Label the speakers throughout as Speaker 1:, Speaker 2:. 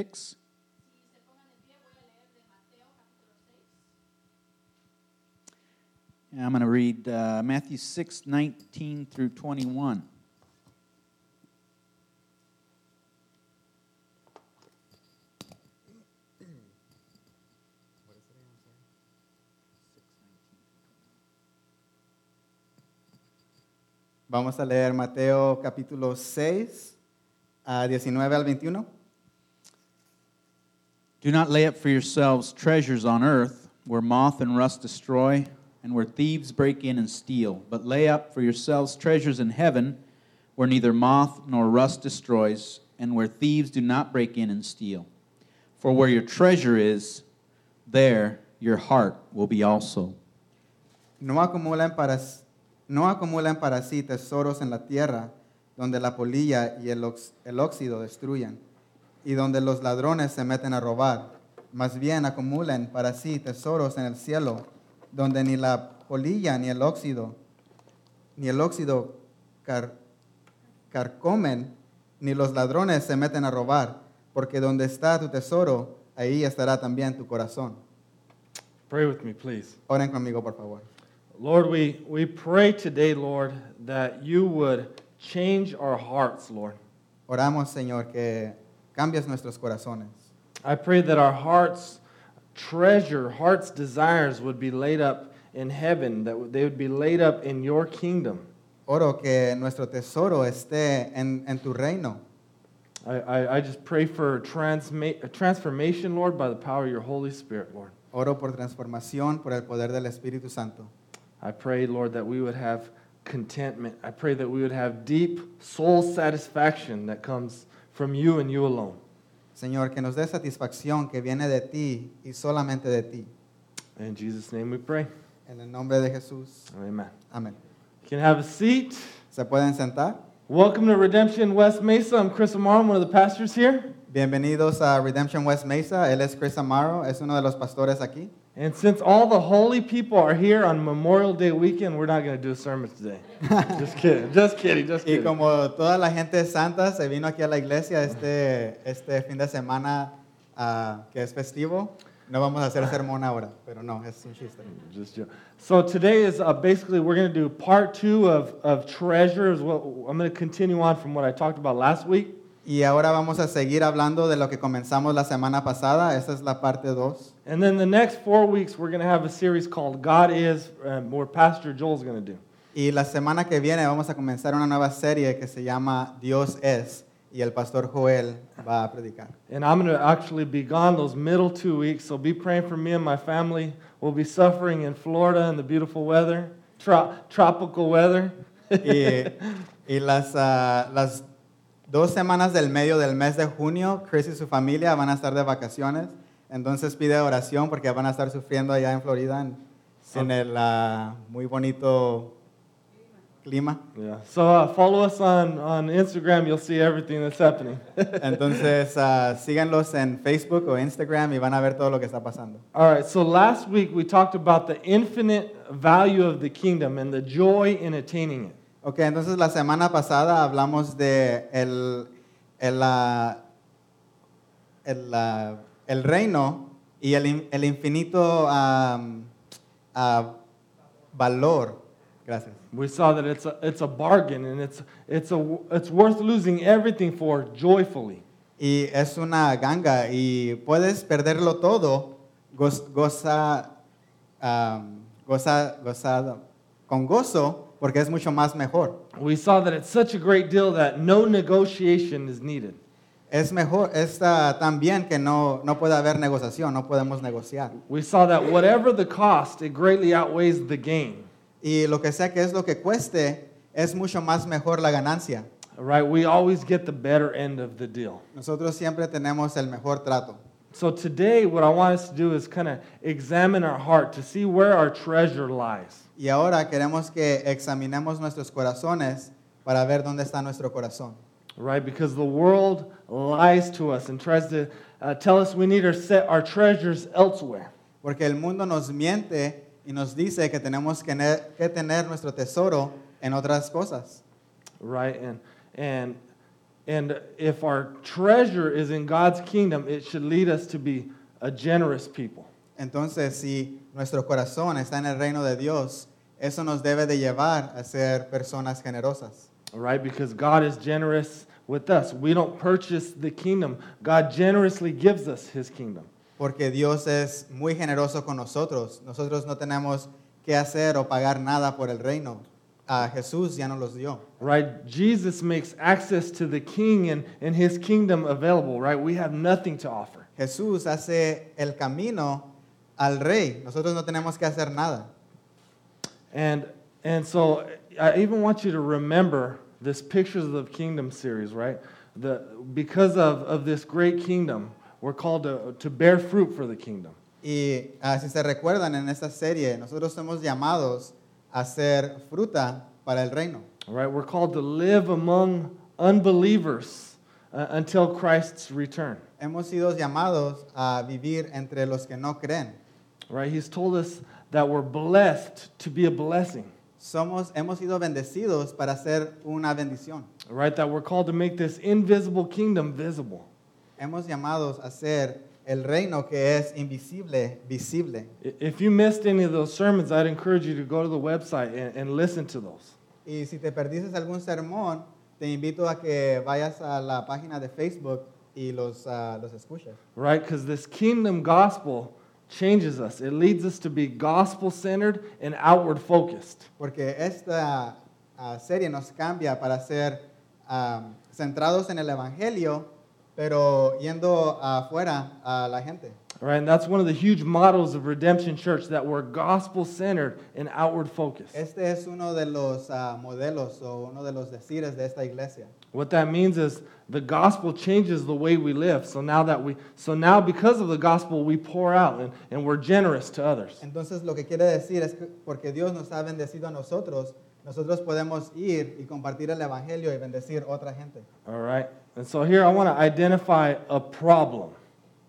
Speaker 1: ex. I'm going to read uh, Matthew 6, 19 through 21.
Speaker 2: Vamos a leer Mateo capítulo 6, a 19 al 21.
Speaker 1: Do not lay up for yourselves treasures on earth where moth and rust destroy and where thieves break in and steal, but lay up for yourselves treasures in heaven where neither moth nor rust destroys and where thieves do not break in and steal. For where your treasure is, there your heart will be also.
Speaker 2: No acumulan, para, no acumulan para sí tesoros en la tierra, donde la polilla y el, ox- el óxido destruyen, y donde los ladrones se meten a robar. Más bien acumulan para sí tesoros en el cielo, donde ni la polilla ni el óxido, ni el óxido car- carcomen, ni los ladrones se meten a robar, porque donde está tu tesoro, ahí estará también tu corazón.
Speaker 3: Pray with me, please.
Speaker 2: Oren conmigo, por favor.
Speaker 3: Lord, we, we pray today, Lord, that you would change our hearts, Lord.
Speaker 2: Oramos, Señor, que cambies nuestros corazones.
Speaker 3: I pray that our hearts' treasure, hearts' desires would be laid up in heaven, that they would be laid up in your kingdom.
Speaker 2: Oro que nuestro tesoro esté en, en tu reino.
Speaker 3: I, I, I just pray for transma- transformation, Lord, by the power of your Holy Spirit, Lord.
Speaker 2: Oro por transformación, por el poder del Espíritu Santo.
Speaker 3: I pray, Lord, that we would have contentment. I pray that we would have deep soul satisfaction that comes from you and you alone.
Speaker 2: Señor, que nos dé satisfacción que viene de ti y solamente de ti.
Speaker 3: In Jesus' name we pray.
Speaker 2: En el nombre de Jesús.
Speaker 3: Amen.
Speaker 2: Amén.
Speaker 3: You can have a seat.
Speaker 2: ¿Se pueden sentar?
Speaker 3: Welcome to Redemption West Mesa. I'm Chris Amaro, one of the pastors here.
Speaker 2: Bienvenidos a Redemption West Mesa. Él es Chris Amaro, es uno de los pastores aquí.
Speaker 3: And since all the holy people are here on Memorial Day weekend, we're not going to do a sermon today. just kidding. Just kidding. Just
Speaker 2: Y
Speaker 3: kidding.
Speaker 2: como toda la gente santa se vino aquí a la iglesia este, este fin de semana ah, que es festivo, no vamos a hacer sermón ahora, pero no, es un chiste.
Speaker 3: Just joke. So today is uh, basically we're going to do part two of, of treasures. Well, I'm going to continue on from what I talked about last week.
Speaker 2: Y ahora vamos a seguir hablando de lo que comenzamos la semana pasada, esta es la parte 2.
Speaker 3: And then the next four weeks, we're going to have a series called God Is, um, where Pastor Joel's going to do.
Speaker 2: Y la semana que viene vamos a comenzar una nueva serie que se llama Dios es y el pastor Joel va a predicar.
Speaker 3: And I'm going to actually be gone those middle two weeks, so be praying for me and my family. We'll be suffering in Florida in the beautiful weather, tro- tropical weather.
Speaker 2: Y, y las, ah, las dos semanas del medio del mes de junio, Chris y su familia van a estar de vacaciones. Entonces pide oración porque van a estar sufriendo allá en Florida en, en el ah, muy bonito clima.
Speaker 3: Yeah. So uh, follow us on, on Instagram. You'll see everything that's happening.
Speaker 2: Entonces ah, síganlos en Facebook o Instagram y van a ver todo lo que está pasando.
Speaker 3: All right. So last week we talked about the infinite value of the kingdom and the joy in attaining it.
Speaker 2: Ok, entonces la semana pasada hablamos de el, el, ah, el, ah, el reino y el, in- el infinito am, ah, valor. Gracias.
Speaker 3: We saw that it's a, it's a bargain and it's, it's, a, it's worth losing everything for joyfully.
Speaker 2: Y es una ganga y puedes perderlo todo goz- goza, am, goza, gozado, con gozo porque es mucho más mejor.
Speaker 3: We saw that it's such a great deal that no negotiation is needed.
Speaker 2: Es mejor, es ah, también que no, no puede haber negociación, no podemos negociar.
Speaker 3: We saw that whatever the cost, it greatly outweighs the gain.
Speaker 2: Y lo que sea que es lo que cueste, es mucho más mejor la ganancia.
Speaker 3: All Right? We always get the better end of the deal.
Speaker 2: Nosotros siempre tenemos el mejor trato.
Speaker 3: So today, what I want us to do is kind of examine our heart to see where our treasure lies.
Speaker 2: Y ahora queremos que examinemos nuestros corazones para ver dónde está nuestro corazón.
Speaker 3: Right? Because the world lies to us and tries to uh, tell us we need to set our treasures elsewhere.
Speaker 2: Porque el mundo nos miente y nos dice que tenemos que, ne- que tener nuestro tesoro en otras cosas.
Speaker 3: Right? And, and And if our treasure is in God's kingdom, it should lead us to be a generous people.
Speaker 2: Entonces, si nuestro corazón está en el reino de Dios, eso nos debe de llevar a ser personas generosas.
Speaker 3: All right, because God is generous with us. We don't purchase the kingdom, God generously gives us his kingdom.
Speaker 2: Porque Dios es muy generoso con nosotros. Nosotros no tenemos que hacer o pagar nada por el reino. A Jesús ya nos los dio.
Speaker 3: Right? Jesus makes access to the king and, and his kingdom available, right? We have nothing to offer.
Speaker 2: Jesús hace el camino al rey. Nosotros no tenemos que hacer nada.
Speaker 3: And and so I even want you to remember this Pictures of the Kingdom series, right? The because of, of this great kingdom, we're called to, to bear fruit for the kingdom.
Speaker 2: Y ah, si se recuerdan en esta serie, nosotros somos llamados a ser fruta para el reino.
Speaker 3: All right? We're called to live among unbelievers uh, until Christ's return.
Speaker 2: Hemos sido llamados a vivir entre los que no creen.
Speaker 3: Right? He's told us that we're blessed to be a blessing.
Speaker 2: Somos, hemos sido bendecidos para ser una bendición.
Speaker 3: Right? That we're called to make this invisible kingdom visible.
Speaker 2: Hemos llamados a ser el reino que es invisible, visible.
Speaker 3: I- If you missed any of those sermons, I'd encourage you to go to the website and, and listen to those.
Speaker 2: Y si te perdiste algún sermón, te invito a que vayas a la página de Facebook y los, ah, los escuches.
Speaker 3: Right? Because this kingdom gospel changes us. It leads us to be gospel centered and outward focused.
Speaker 2: Porque esta ah, serie nos cambia para ser ah, centrados en el Evangelio, pero yendo afuera a la gente.
Speaker 3: All right? And that's one of the huge models of Redemption Church that we're gospel centered and outward focused.
Speaker 2: Este es uno de los ah, modelos o uno de los decires de esta iglesia.
Speaker 3: What that means is the gospel changes the way we live. So now that we so now because of the gospel we pour out and, and we're generous to others.
Speaker 2: Entonces lo que quiere decir es que porque Dios nos ha bendecido a nosotros, nosotros podemos ir y compartir el Evangelio y bendecir a otra gente.
Speaker 3: All right? And so here I want to identify a problem.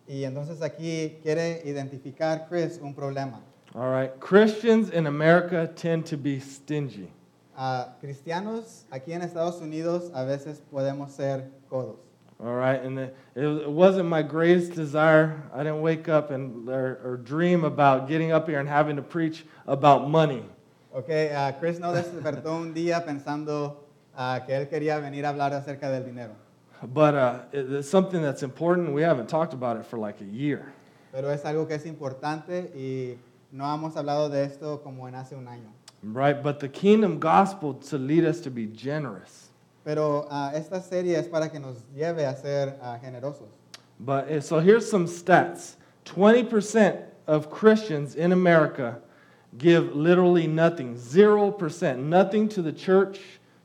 Speaker 2: Y entonces aquí quiere identificar Chris un problema.
Speaker 3: All right? Christians in America tend to be stingy.
Speaker 2: Ah, cristianos aquí en Estados Unidos a veces podemos ser codos.
Speaker 3: All right, and it, it wasn't my greatest desire. I didn't wake up and or, or dream about getting up here and having to preach about money.
Speaker 2: Ok, ah, Chris no despertó un día pensando ah, que él quería venir a hablar acerca del dinero.
Speaker 3: But uh, it- it's something that's important. We haven't talked about it for like a year.
Speaker 2: Pero es algo que es importante y no hemos hablado de esto como en hace un año.
Speaker 3: Right, but the kingdom gospel to lead us to be generous.
Speaker 2: Pero ah, esta serie es para que nos lleve a ser ah, generosos.
Speaker 3: But eh, so here's some stats 20% of Christians in America give literally nothing, 0%, nothing to the church,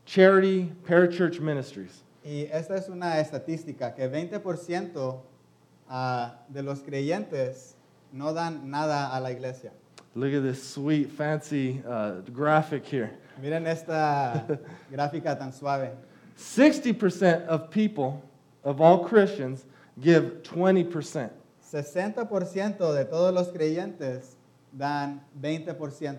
Speaker 3: charity, parachurch ministries.
Speaker 2: Y esta es una estadística, que 20% ah, de los creyentes no dan nada a la iglesia.
Speaker 3: Look at this sweet, fancy uh, graphic here.
Speaker 2: Miren esta gráfica tan suave.
Speaker 3: 60% of people, of all Christians, give 20%.
Speaker 2: 60% de todos los creyentes dan 20%.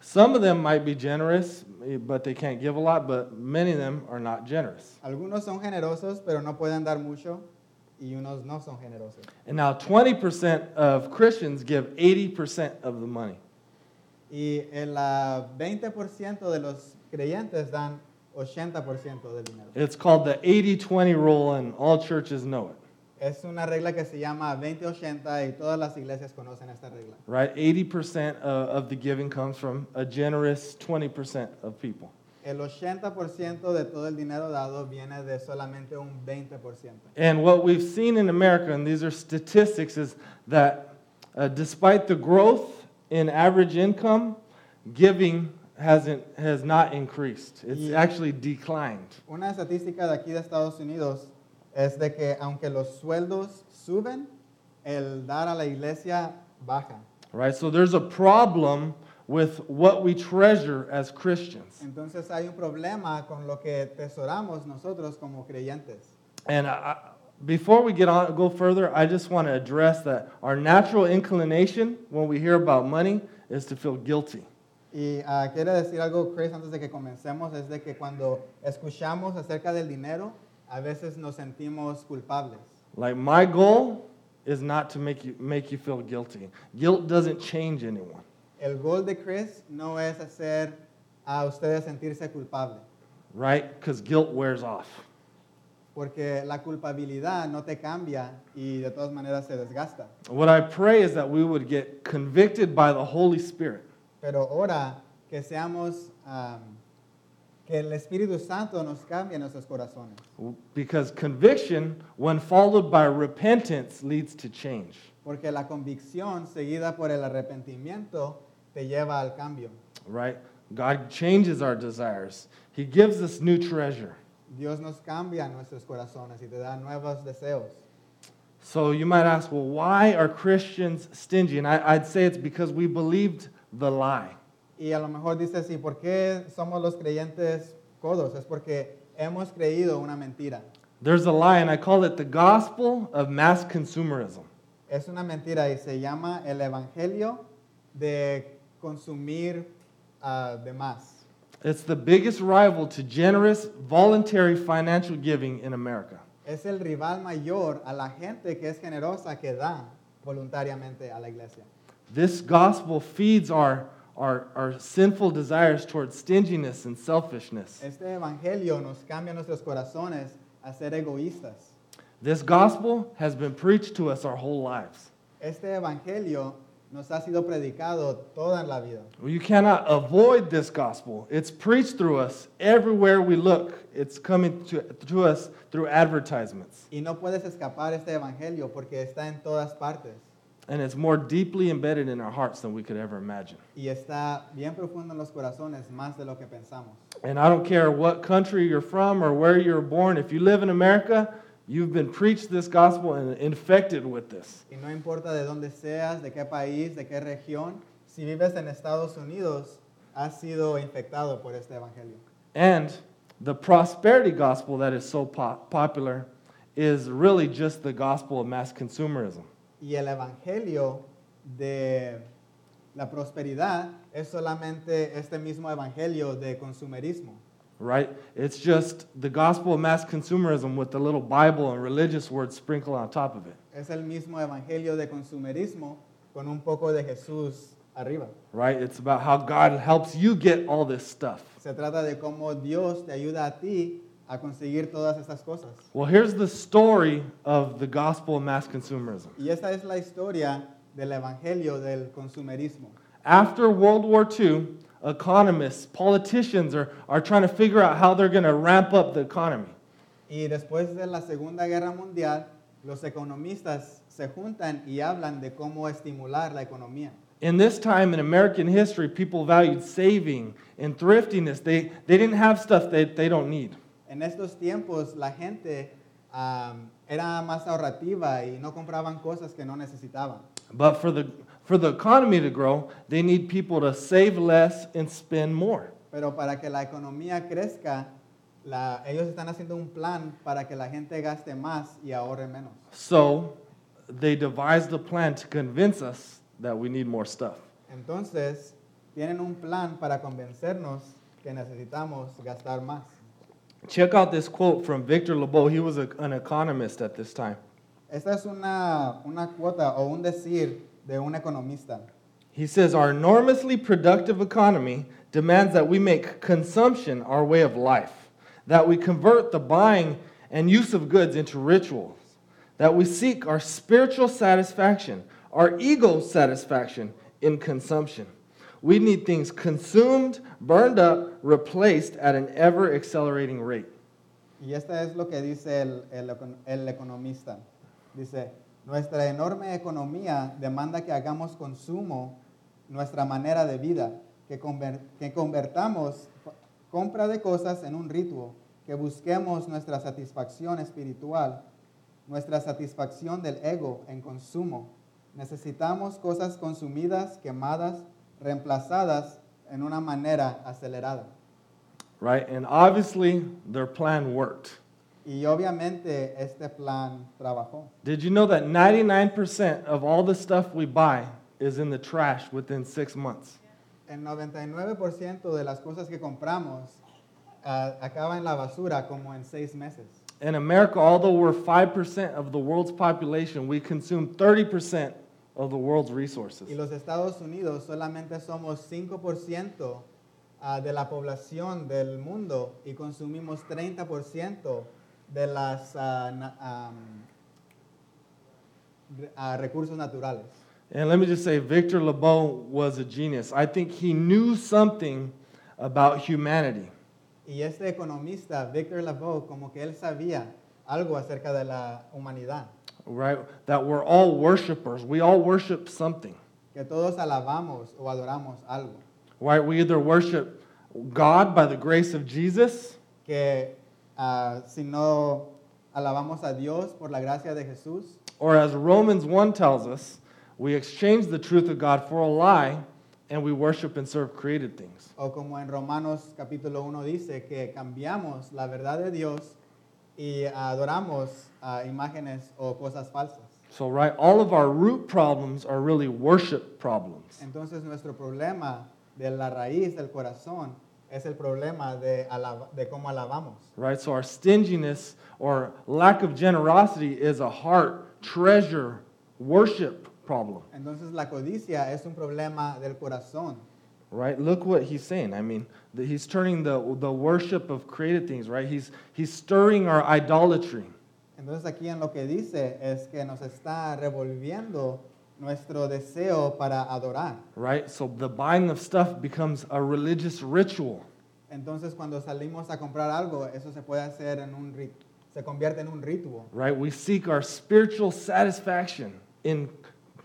Speaker 3: Some of them might be generous, eh, but they can't give a lot, but many of them are not generous.
Speaker 2: Algunos son generosos, pero no pueden dar mucho, y unos no son generosos.
Speaker 3: And now 20% of Christians give 80% of the money.
Speaker 2: Y el ah, 20% de los creyentes dan 80% del dinero.
Speaker 3: It's called the 80 20 rule, and all churches know it,
Speaker 2: Es una regla que se llama 20-80 y todas las iglesias conocen esta regla.
Speaker 3: right? 80% of, of the giving comes from a generous 20% of people.
Speaker 2: El 80% de todo el dinero dado viene de solamente un 20%.
Speaker 3: And what we've seen in America, and these are statistics, is that uh, despite the growth in average income, giving hasn't has not increased. It's
Speaker 2: Yeah.
Speaker 3: actually declined.
Speaker 2: Una estadística de aquí de Estados Unidos es de que aunque los sueldos suben, el dar a la iglesia baja.
Speaker 3: Right? So there's a problem with what we treasure as Christians.
Speaker 2: Entonces hay un problema con lo que tesoramos nosotros como creyentes.
Speaker 3: And I, I- before we get on go further, I just want to address that our natural inclination when we hear about money is to feel guilty.
Speaker 2: Y ah, quiero decir algo, Chris, antes de que comencemos, es de que cuando escuchamos acerca del dinero, A veces nos sentimos culpables.
Speaker 3: Like my goal is not to make you make you feel guilty. Guilt doesn't change anyone.
Speaker 2: El gol de Chris no es hacer a ustedes sentirse culpable,
Speaker 3: right? Because guilt wears off.
Speaker 2: porque la culpabilidad no te cambia y de todas maneras se desgasta.
Speaker 3: What I pray is that we would get convicted by the Holy Spirit
Speaker 2: Pero ahora que seamos, am, que el Espíritu Santo nos cambie nuestros corazones.
Speaker 3: because conviction, when followed by repentance, leads to change.
Speaker 2: Porque la convicción seguida por el arrepentimiento te lleva al cambio.
Speaker 3: right? God changes our desires, He gives us new treasure.
Speaker 2: Dios nos cambia nuestros corazones y te da nuevos deseos.
Speaker 3: So you might ask, well, why are Christians stingy? And I, I'd say it's because we believed the lie.
Speaker 2: Y a lo mejor dices, ¿y por qué somos los creyentes codos? Es porque hemos creído una mentira.
Speaker 3: There's a lie, and I call it the gospel of mass consumerism.
Speaker 2: Es una mentira y se llama el evangelio de consumir ah, de más.
Speaker 3: It's the biggest rival to generous, voluntary financial giving in America.
Speaker 2: Es el rival mayor a la gente que es generosa que da voluntariamente a la iglesia.
Speaker 3: This gospel feeds our, our, our sinful desires towards stinginess and selfishness.
Speaker 2: Este evangelio nos cambia nuestros corazones a ser egoístas.
Speaker 3: This gospel has been preached to us our whole lives.
Speaker 2: Este evangelio nos ha sido predicado toda la vida.
Speaker 3: Well, you cannot avoid this gospel. It's preached through us everywhere we look. It's coming to, to us through advertisements.
Speaker 2: Y no puedes escapar este evangelio porque está en todas partes
Speaker 3: And it's more deeply embedded in our hearts than we could ever imagine.
Speaker 2: y está bien profundo en los corazones, más de lo que pensamos.
Speaker 3: And I don't care what country you're from or where you were born, if you live in America, you've been preached this gospel and infected with this.
Speaker 2: Y no importa de dónde seas, de qué país, de qué región, si vives en Estados Unidos, has sido infectado por este evangelio.
Speaker 3: And the prosperity gospel that is so pop- popular is really just the gospel of mass consumerism.
Speaker 2: Y el evangelio de la prosperidad es solamente este mismo evangelio de consumerismo.
Speaker 3: right? It's just the gospel of mass consumerism with the little Bible and religious words sprinkled on top of it,
Speaker 2: Es el mismo evangelio de consumerismo con un poco de Jesús arriba.
Speaker 3: right? It's about how God helps you get all this stuff.
Speaker 2: Se trata de cómo Dios te ayuda a ti a conseguir todas estas cosas.
Speaker 3: Well, here's the story of the gospel of mass consumerism.
Speaker 2: Y esta es la historia del evangelio del consumerismo.
Speaker 3: After World War II, economists, politicians are, are trying to figure out how they're going to ramp up the economy.
Speaker 2: Y después de la Segunda Guerra Mundial, los economistas se juntan y hablan de cómo estimular la economía.
Speaker 3: In this time in American history, people valued saving and thriftiness. They, they didn't have stuff that they don't need.
Speaker 2: En estos tiempos la gente am, era más ahorrativa y no compraban cosas que no necesitaban.
Speaker 3: But for the, for the economy to grow, they need people to save less and spend more.
Speaker 2: Pero para que la economía crezca, la- ellos están haciendo un plan para que la gente gaste más y ahorre menos.
Speaker 3: So they devised a plan to convince us that we need more stuff.
Speaker 2: Entonces, tienen un plan para convencernos que necesitamos gastar más.
Speaker 3: Check out this quote from Victor Lebeau. He was a, an economist at this time.
Speaker 2: Esta es una, una cuota o un decir de un economista.
Speaker 3: He says, Our enormously productive economy demands that we make consumption our way of life, that we convert the buying and use of goods into rituals, that we seek our spiritual satisfaction, our ego satisfaction in consumption. We need things consumed, burned up, replaced at an ever accelerating rate.
Speaker 2: Y esta es lo que dice el, el econ- el economista. Dice, nuestra enorme economía demanda que hagamos consumo nuestra manera de vida, que, conver- que convertamos co- compra de cosas en un ritual, que busquemos nuestra satisfacción espiritual, nuestra satisfacción del ego en consumo. Necesitamos cosas consumidas, quemadas, reemplazadas en una manera acelerada.
Speaker 3: Right? And obviously, their plan worked.
Speaker 2: Y obviamente este plan trabajó.
Speaker 3: Did you know that 99% of all the stuff we buy is in the trash within six months?
Speaker 2: El 99% de las cosas que compramos ah, acaba en la basura como en seis meses.
Speaker 3: in America, although we're 5% of the world's population, we consume 30% of the world's
Speaker 2: Y
Speaker 3: resources.
Speaker 2: los Estados Unidos solamente somos 5% ah, de la población del mundo y consumimos 30% de ah, los ah, recursos naturales.
Speaker 3: And let me just say, Victor LeBeau was a genius. I think he knew something about humanity.
Speaker 2: Y este economista, Victor Lavoe, como que él sabía algo acerca de la humanidad,
Speaker 3: right? That we're all worshipers. We all worship something,
Speaker 2: que todos alabamos o adoramos algo,
Speaker 3: right? We either worship God by the grace of Jesus,
Speaker 2: que ah, si no alabamos a Dios por la gracia de Jesús,
Speaker 3: or as Romans 1 tells us, we exchange the truth of God for a lie and we worship and serve created things.
Speaker 2: O como en Romanos capítulo 1 dice, que cambiamos la verdad de Dios y adoramos ah, imágenes o cosas falsas.
Speaker 3: So, right, all of our root problems are really worship problems.
Speaker 2: Entonces nuestro problema de la raíz del corazón es el problema de, alab- de cómo alabamos.
Speaker 3: Right? So, our stinginess or lack of generosity is a heart, treasure, worship problem.
Speaker 2: Entonces la codicia es un problema del corazón.
Speaker 3: right look what he's saying i mean the, he's turning the, the worship of created things right he's, he's stirring our idolatry
Speaker 2: Entonces aquí en lo que dice es que nos está revolviendo nuestro deseo para adorar.
Speaker 3: right so the buying of stuff becomes a religious ritual
Speaker 2: Entonces cuando salimos a comprar algo, eso se puede hacer en un rit- se convierte en un ritual.
Speaker 3: right we seek our spiritual satisfaction in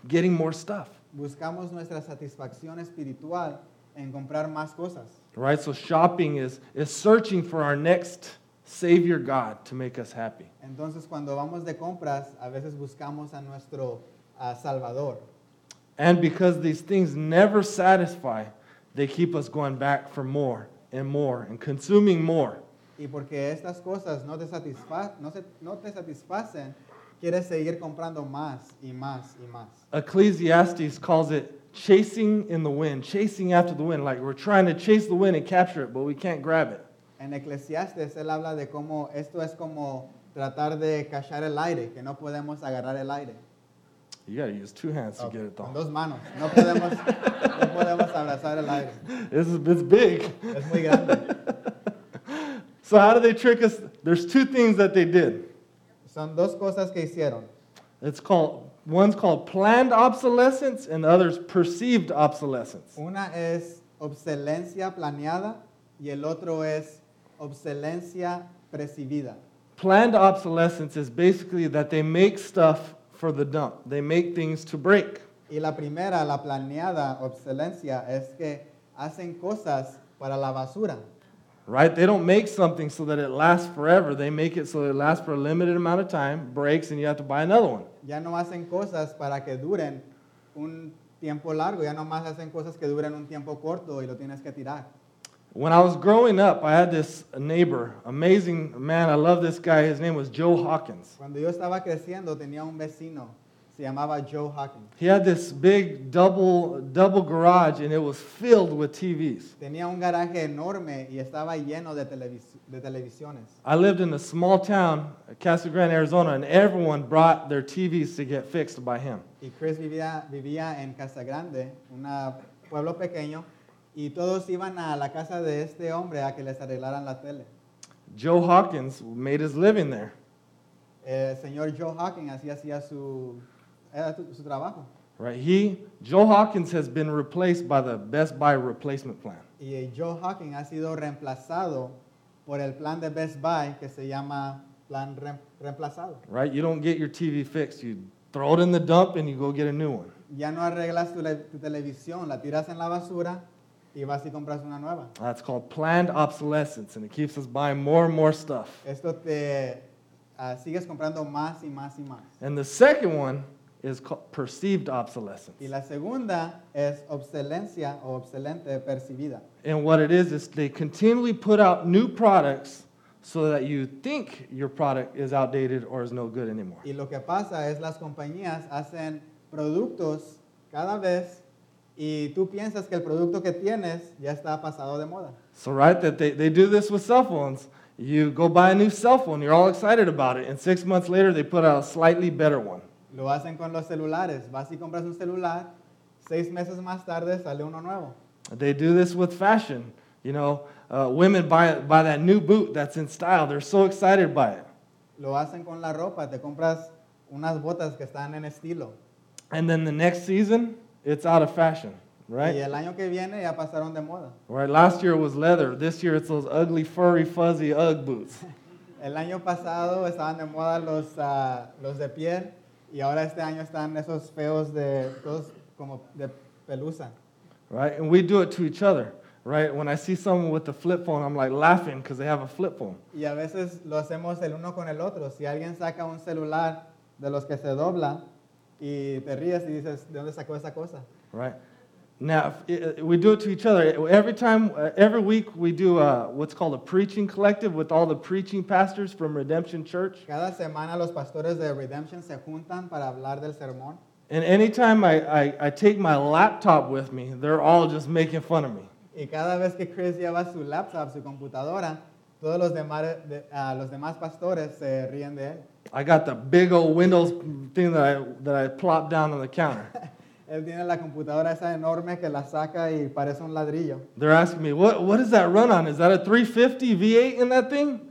Speaker 3: getting more stuff
Speaker 2: Buscamos nuestra satisfacción espiritual en comprar más cosas.
Speaker 3: right so shopping is is searching for our next savior god to make us happy
Speaker 2: Entonces cuando vamos de compras, a veces buscamos a nuestro ah, Salvador.
Speaker 3: and because these things never satisfy they keep us going back for more and more and consuming more
Speaker 2: Y porque estas cosas no te, satisfa- no se- no te satisfacen, quieres seguir comprando más y más y más.
Speaker 3: Ecclesiastes calls it chasing in the wind, chasing after the wind. Like we're trying to chase the wind and capture it, but we can't grab it.
Speaker 2: En Eclesiastes él habla de cómo esto es como tratar de cachar el aire, que no podemos agarrar el aire.
Speaker 3: You got to use two hands to
Speaker 2: Oh,
Speaker 3: get it
Speaker 2: con
Speaker 3: though.
Speaker 2: dos manos, no podemos, no podemos abrazar el aire.
Speaker 3: This is it's big.
Speaker 2: Es muy grande.
Speaker 3: So how do they trick us? There's two things that they did.
Speaker 2: Son dos cosas que hicieron.
Speaker 3: It's called one's called planned obsolescence and the other's perceived obsolescence.
Speaker 2: Una es obsolencia planeada y el otro es obsolencia percibida.
Speaker 3: Planned obsolescence is basically that they make stuff for the dump. They make things to break.
Speaker 2: Y la primera, la planeada obsolencia, es que hacen cosas para la basura.
Speaker 3: right? They don't make something so that it lasts forever. They make it so it lasts for a limited amount of time, breaks, and you have to buy another one.
Speaker 2: Ya no hacen cosas para que duren un tiempo largo, ya nomás hacen cosas que duren un tiempo corto y lo tienes que tirar.
Speaker 3: When I was growing up, I had this neighbor, amazing man. I love this guy. His name was Joe Hawkins.
Speaker 2: Cuando yo estaba creciendo tenía un vecino, se llamaba Joe Hawkins.
Speaker 3: He had this big double double garage, and it was filled with TVs.
Speaker 2: Tenía un garaje enorme y estaba lleno de, televis- de televisiones.
Speaker 3: I lived in a small town, Casa Grande, Arizona, and everyone brought their TVs to get fixed by him.
Speaker 2: Y Chris vivía, vivía en Casa Grande, un pueblo pequeño, y todos iban a la casa de este hombre a que les arreglaran la tele.
Speaker 3: Joe Hawkins made his living there.
Speaker 2: El señor Joe Hawking así hacía su, era tu- su trabajo.
Speaker 3: Right? He, Joe Hawkins has been replaced by the Best Buy replacement plan.
Speaker 2: Y eh, Joe Hawking ha sido reemplazado por el plan de Best Buy que se llama plan rem- reemplazado.
Speaker 3: Right? You don't get your TV fixed. You throw it in the dump and you go get a new one.
Speaker 2: Ya no arreglas tu, le- tu televisión, la tiras en la basura y vas y compras una nueva.
Speaker 3: That's called planned obsolescence, and it keeps us buying more and more stuff.
Speaker 2: Esto te ah, sigues comprando más y más y más.
Speaker 3: And the second one is called perceived
Speaker 2: Y
Speaker 3: obsolescence.
Speaker 2: la segunda es obsolencia o obsolente percibida.
Speaker 3: And what it is is they continually put out new products so that you think your product is outdated or is no good anymore.
Speaker 2: Y lo que pasa es las compañías hacen productos cada vez y tú piensas que el producto que tienes ya está pasado de moda.
Speaker 3: So, right, that they, they do this with cell phones. You go buy a new cell phone, you're all excited about it, and six months later they put out a slightly better one.
Speaker 2: Lo hacen con los celulares. Vas y compras un celular, seis meses más tarde sale uno nuevo.
Speaker 3: They do this with fashion. You know, uh, women buy, buy that new boot that's in style, they're so excited by it.
Speaker 2: Lo hacen con la ropa, te compras unas botas que están en estilo.
Speaker 3: And then the next season, it's out of fashion, right?
Speaker 2: Y el año que viene ya pasaron de moda.
Speaker 3: Right, last year it was leather. This year it's those ugly, furry, fuzzy Ugg boots.
Speaker 2: El año pasado estaban de moda los, ah, los de piel y ahora este año están esos feos de todos como de pelusa.
Speaker 3: right? And we do it to each other, right? When I see someone with a flip phone, I'm like laughing because they have a flip phone.
Speaker 2: Y a veces lo hacemos el uno con el otro. Si alguien saca un celular de los que se dobla y te ríes y dices, ¿de dónde sacó esa cosa?
Speaker 3: Right. Now, if- i- i- we do it to each other. Every time, uh, every week, we do uh, what's called a preaching collective with all the preaching pastors from Redemption Church.
Speaker 2: Cada semana los pastores de Redemption se juntan para hablar del sermón.
Speaker 3: And anytime I, I, I take my laptop with me, they're all just making fun of me.
Speaker 2: Y cada vez que Chris lleva su laptop, su computadora, todos los demás, de- ah, los demás pastores se ríen de él.
Speaker 3: I got the big old Windows thing that I, that I plopped down on the counter.
Speaker 2: Él tiene la computadora esa enorme que la saca y parece un ladrillo.
Speaker 3: They're asking me, what, what does that run on? Is that a 350 V8 in that thing?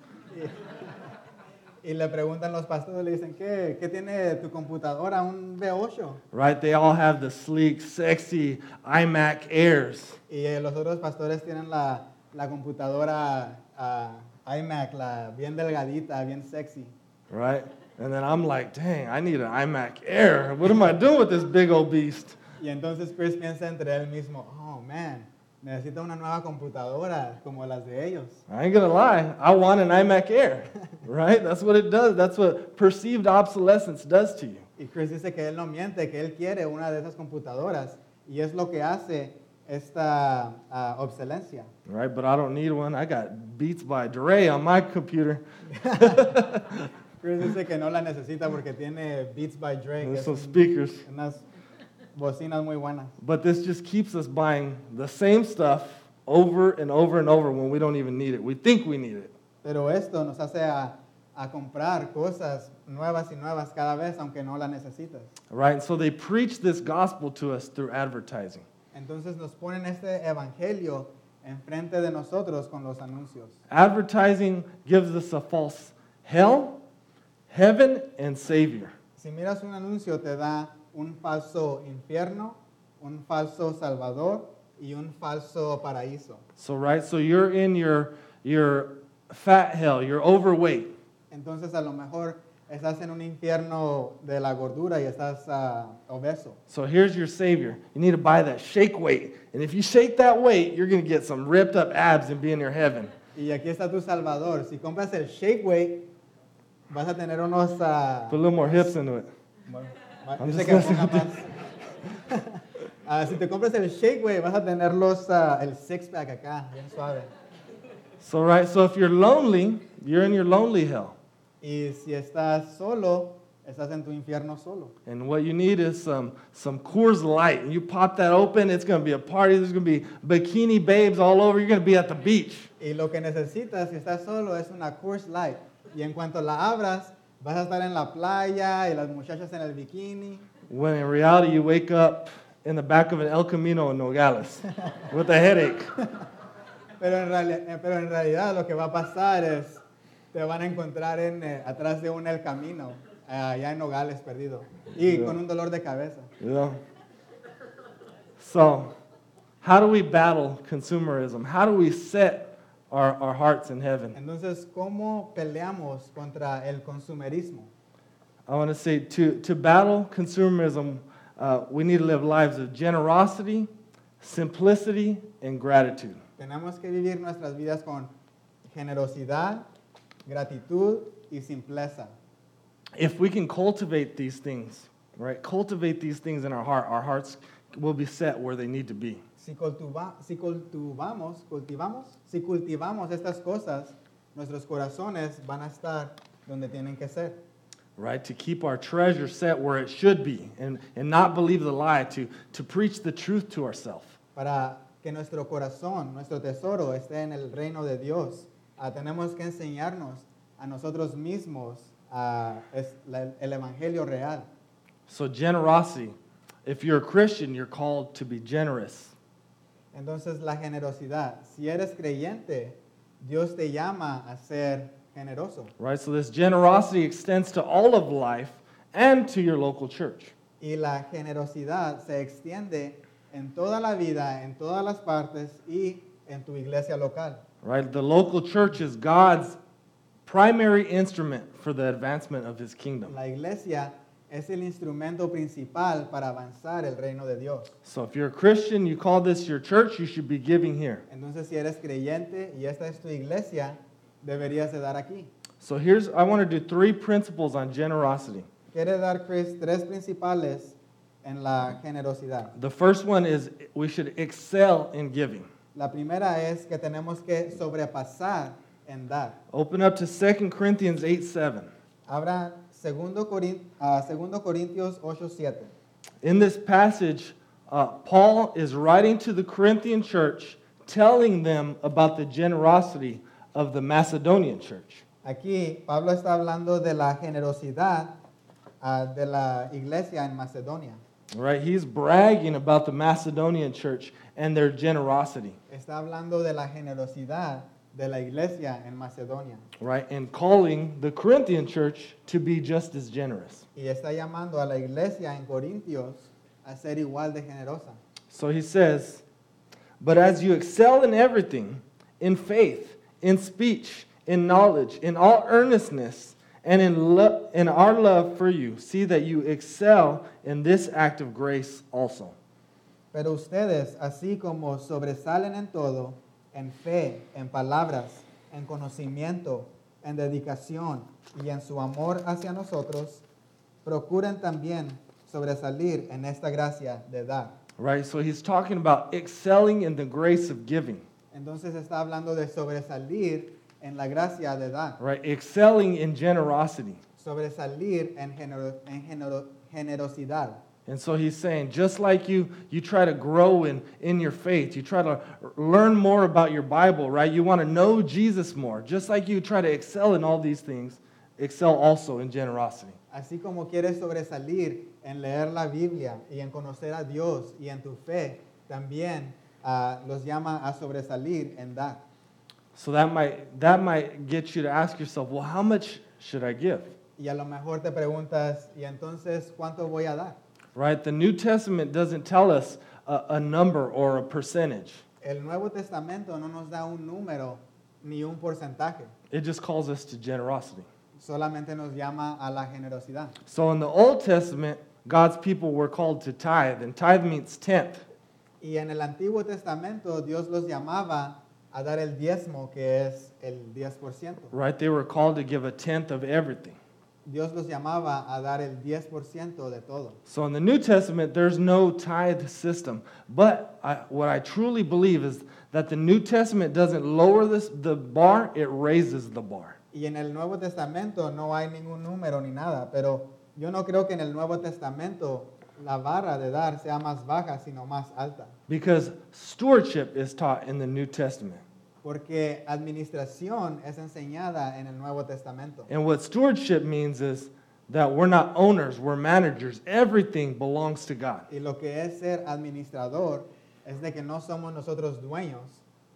Speaker 2: Y le preguntan los pastores, le dicen, ¿qué, qué tiene tu computadora? Un V8.
Speaker 3: Right? They all have the sleek, sexy iMac Airs.
Speaker 2: Y eh, los otros pastores tienen la, la computadora ah, iMac, la bien delgadita, bien sexy.
Speaker 3: Right? And then I'm like, dang, I need an iMac Air. What am I doing with this big old beast?
Speaker 2: Y entonces Chris piensa entre él mismo, oh man, necesito una nueva computadora como las de ellos.
Speaker 3: I ain't gonna lie, I want an iMac Air. Right? That's what it does. That's what perceived obsolescence does to you.
Speaker 2: Y Chris dice que él no miente, que él quiere una de esas computadoras. Y es lo que hace esta ah, obsolencia.
Speaker 3: Right? But I don't need one. I got Beats by Dre on my computer.
Speaker 2: Chris dice que no la necesita porque tiene Beats by Dre, que
Speaker 3: And
Speaker 2: es
Speaker 3: some speakers.
Speaker 2: unas bocinas muy buenas.
Speaker 3: But this just keeps us buying the same stuff over and over and over when we don't even need it. We think we need it.
Speaker 2: Pero esto nos hace a, a comprar cosas nuevas y nuevas cada vez, aunque no las necesitas.
Speaker 3: Right? And so they preach this gospel to us through advertising.
Speaker 2: Entonces nos ponen este evangelio enfrente de nosotros con los anuncios.
Speaker 3: Advertising gives us a false hell, heaven, and savior.
Speaker 2: Si miras un anuncio te da un falso infierno, un falso salvador y un falso paraíso.
Speaker 3: So right, so you're in your your fat hell, you're overweight.
Speaker 2: Entonces a lo mejor estás en un infierno de la gordura y estás ah, obeso.
Speaker 3: So here's your savior. You need to buy that shake weight. And if you shake that weight, you're going to get some ripped up abs and be in your heaven.
Speaker 2: Y aquí está tu salvador. Si compras el shake weight, vas a tener unos... ah,
Speaker 3: Put a little more hips into it.
Speaker 2: Bueno, ma-
Speaker 3: I'm
Speaker 2: yo
Speaker 3: just
Speaker 2: sé que me
Speaker 3: gonna
Speaker 2: ponga más. Ah, si te compras el shake, güey, vas a tener los, ah, el six pack acá, bien suave.
Speaker 3: So right, so if you're lonely, you're in your lonely hell.
Speaker 2: Y si estás solo, estás en tu infierno solo.
Speaker 3: And what you need is some, some Coors Light. And you pop that open, it's going to be a party. There's going to be bikini babes all over. You're going to be at the beach.
Speaker 2: Y lo que necesitas si estás solo es una Coors Light. Y en cuanto la abras, vas a estar en la playa y las muchachas en el bikini.
Speaker 3: When in reality, you wake up in the back of an El Camino in Nogales with a headache.
Speaker 2: Pero en, reali- eh, pero en realidad lo que va a pasar es, te van a encontrar en, eh, atrás de un el camino, eh, allá en Nogales perdido. Y
Speaker 3: Ya.
Speaker 2: con un dolor de cabeza.
Speaker 3: You know? So, how do we battle consumerism? How do we set our, our hearts in heaven?
Speaker 2: Entonces, ¿cómo peleamos contra el consumerismo?
Speaker 3: I want to say to, to battle consumerism, uh, we need to live lives of generosity, simplicity, and gratitude.
Speaker 2: Tenemos que vivir nuestras vidas con generosidad, gratitud y simpleza.
Speaker 3: If we can cultivate these things, right? Cultivate these things in our heart, our hearts will be set where they need to be.
Speaker 2: Si, cultiva- si cultivamos, cultivamos, si cultivamos estas cosas, nuestros corazones van a estar donde tienen que ser.
Speaker 3: Right, to keep our treasure set where it should be and, and not believe the lie, to, to preach the truth to ourselves.
Speaker 2: Para que nuestro corazón, nuestro tesoro esté en el reino de Dios, ah, tenemos que enseñarnos a nosotros mismos ah, es la- el Evangelio real.
Speaker 3: So, generosity. If you're a Christian, you're called to be generous.
Speaker 2: Entonces la generosidad, si eres creyente, Dios te llama a ser generoso.
Speaker 3: Right? So, this generosity extends to all of life and to your local church.
Speaker 2: Y la generosidad se extiende en toda la vida, en todas las partes y en tu iglesia local.
Speaker 3: Right? The local church is God's primary instrument for the advancement of his kingdom.
Speaker 2: La iglesia es el instrumento principal para avanzar el reino de Dios.
Speaker 3: So, if you're a Christian, you call this your church, you should be giving here.
Speaker 2: Entonces si eres creyente y esta es tu iglesia, deberías de dar aquí.
Speaker 3: So, here's I want to do three principles on generosity.
Speaker 2: Quiere dar Chris tres principales en la generosidad.
Speaker 3: The first one is we should excel in giving.
Speaker 2: La primera es que tenemos que sobrepasar en dar.
Speaker 3: Open up to 2 Corinthians 8 7.
Speaker 2: Abra 2 Corin- ah, 2 Corintios 8, 7.
Speaker 3: In this passage, uh, Paul is writing to the Corinthian church, telling them about the generosity of the Macedonian church.
Speaker 2: Aquí Pablo está hablando de la generosidad ah, de la iglesia en Macedonia.
Speaker 3: All Right? He's bragging about the Macedonian church and their generosity,
Speaker 2: Está hablando de la generosidad de la iglesia en Macedonia.
Speaker 3: right? And calling the Corinthian church to be just as generous.
Speaker 2: Y está llamando a la iglesia en Corintios a ser igual de generosa.
Speaker 3: So he says, But as you excel in everything, in faith, in speech, in knowledge, in all earnestness, and in, lo- in our love for you, see that you excel in this act of grace also.
Speaker 2: Pero ustedes, así como sobresalen en todo, en fe, en palabras, en conocimiento, en dedicación y en su amor hacia nosotros, procuren también sobresalir en esta gracia de dar.
Speaker 3: Right? So he's talking about excelling in the grace of giving,
Speaker 2: Entonces está hablando de sobresalir en la gracia de dar,
Speaker 3: right? Excelling in generosity.
Speaker 2: sobresalir en, genero- en genero- generosidad.
Speaker 3: And so he's saying, just like you, you try to grow in, in your faith. You try to learn more about your Bible, right? You want to know Jesus more. Just like you try to excel in all these things, excel also in generosity.
Speaker 2: Así como quieres sobresalir en leer la Biblia y en conocer a Dios y en tu fe, también ah, los llama a sobresalir en dar.
Speaker 3: So that might, that might get you to ask yourself, well, how much should I give?
Speaker 2: Y a lo mejor te preguntas, ¿y entonces cuánto voy a dar?
Speaker 3: Right? The New Testament doesn't tell us a, a number or a percentage,
Speaker 2: El Nuevo Testamento no nos da un número ni un porcentaje,
Speaker 3: it just calls us to generosity.
Speaker 2: solamente nos llama a la generosidad.
Speaker 3: So in the Old Testament, God's people were called to tithe, and tithe means tenth.
Speaker 2: Y en el Antiguo Testamento Dios los llamaba a dar el diezmo, que es el 10%.
Speaker 3: Right? They were called to give a tenth of everything.
Speaker 2: Dios los llamaba a dar el 10% de todo.
Speaker 3: So in the New Testament, there's no tithe system. But I, what I truly believe is that the New Testament doesn't lower this, the bar, it raises the bar.
Speaker 2: Y en el Nuevo Testamento no hay ningún número ni nada, pero yo no creo que en el Nuevo Testamento la barra de dar sea más baja, sino más alta.
Speaker 3: Because stewardship is taught in the New Testament.
Speaker 2: Porque administración es enseñada en el Nuevo Testamento.
Speaker 3: And what stewardship means is that we're not owners, we're managers. Everything belongs to God.
Speaker 2: Y lo que es ser administrador es de que no somos nosotros dueños,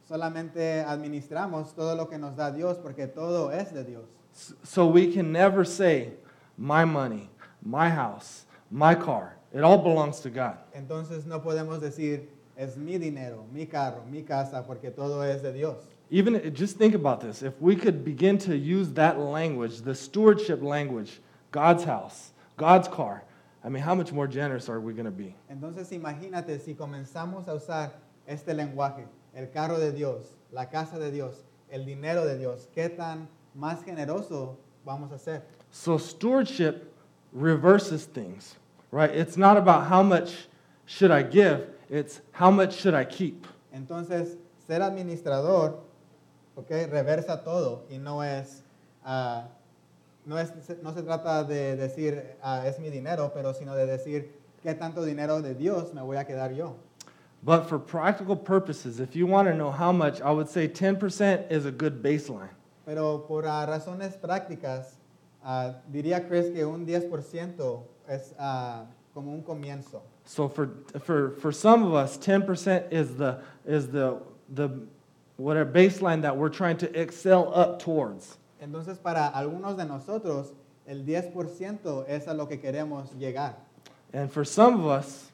Speaker 2: solamente administramos todo lo que nos da Dios, porque todo es de Dios.
Speaker 3: S- So we can never say, my money, my house, my car. It all belongs to God.
Speaker 2: Entonces no podemos decir, es mi dinero, mi carro, mi casa, porque todo es de Dios.
Speaker 3: Even just think about this. If we could begin to use that language, the stewardship language, God's house, God's car, I mean, how much more generous are we going to be?
Speaker 2: Entonces imagínate si comenzamos a usar este lenguaje, el carro de Dios, la casa de Dios, el dinero de Dios, ¿qué tan más generoso vamos a ser?
Speaker 3: So stewardship reverses things, right? It's not about how much should I give, it's how much should I keep.
Speaker 2: Entonces, ser administrador, ¿ok? Reversa todo y no es, ah, no es, no se trata de decir, ah, es mi dinero, pero sino de decir, ¿qué tanto dinero de Dios me voy a quedar yo?
Speaker 3: But for practical purposes, if you want to know how much, I would say 10% is a good baseline.
Speaker 2: Pero por ah, razones prácticas, ah, diría Chris que un 10% es ah, como un comienzo.
Speaker 3: So for, for, for some of us, 10% is the, is the, the whatever baseline that we're trying to excel up towards.
Speaker 2: Entonces, para algunos de nosotros, el 10% es a lo que queremos llegar.
Speaker 3: And for some of us,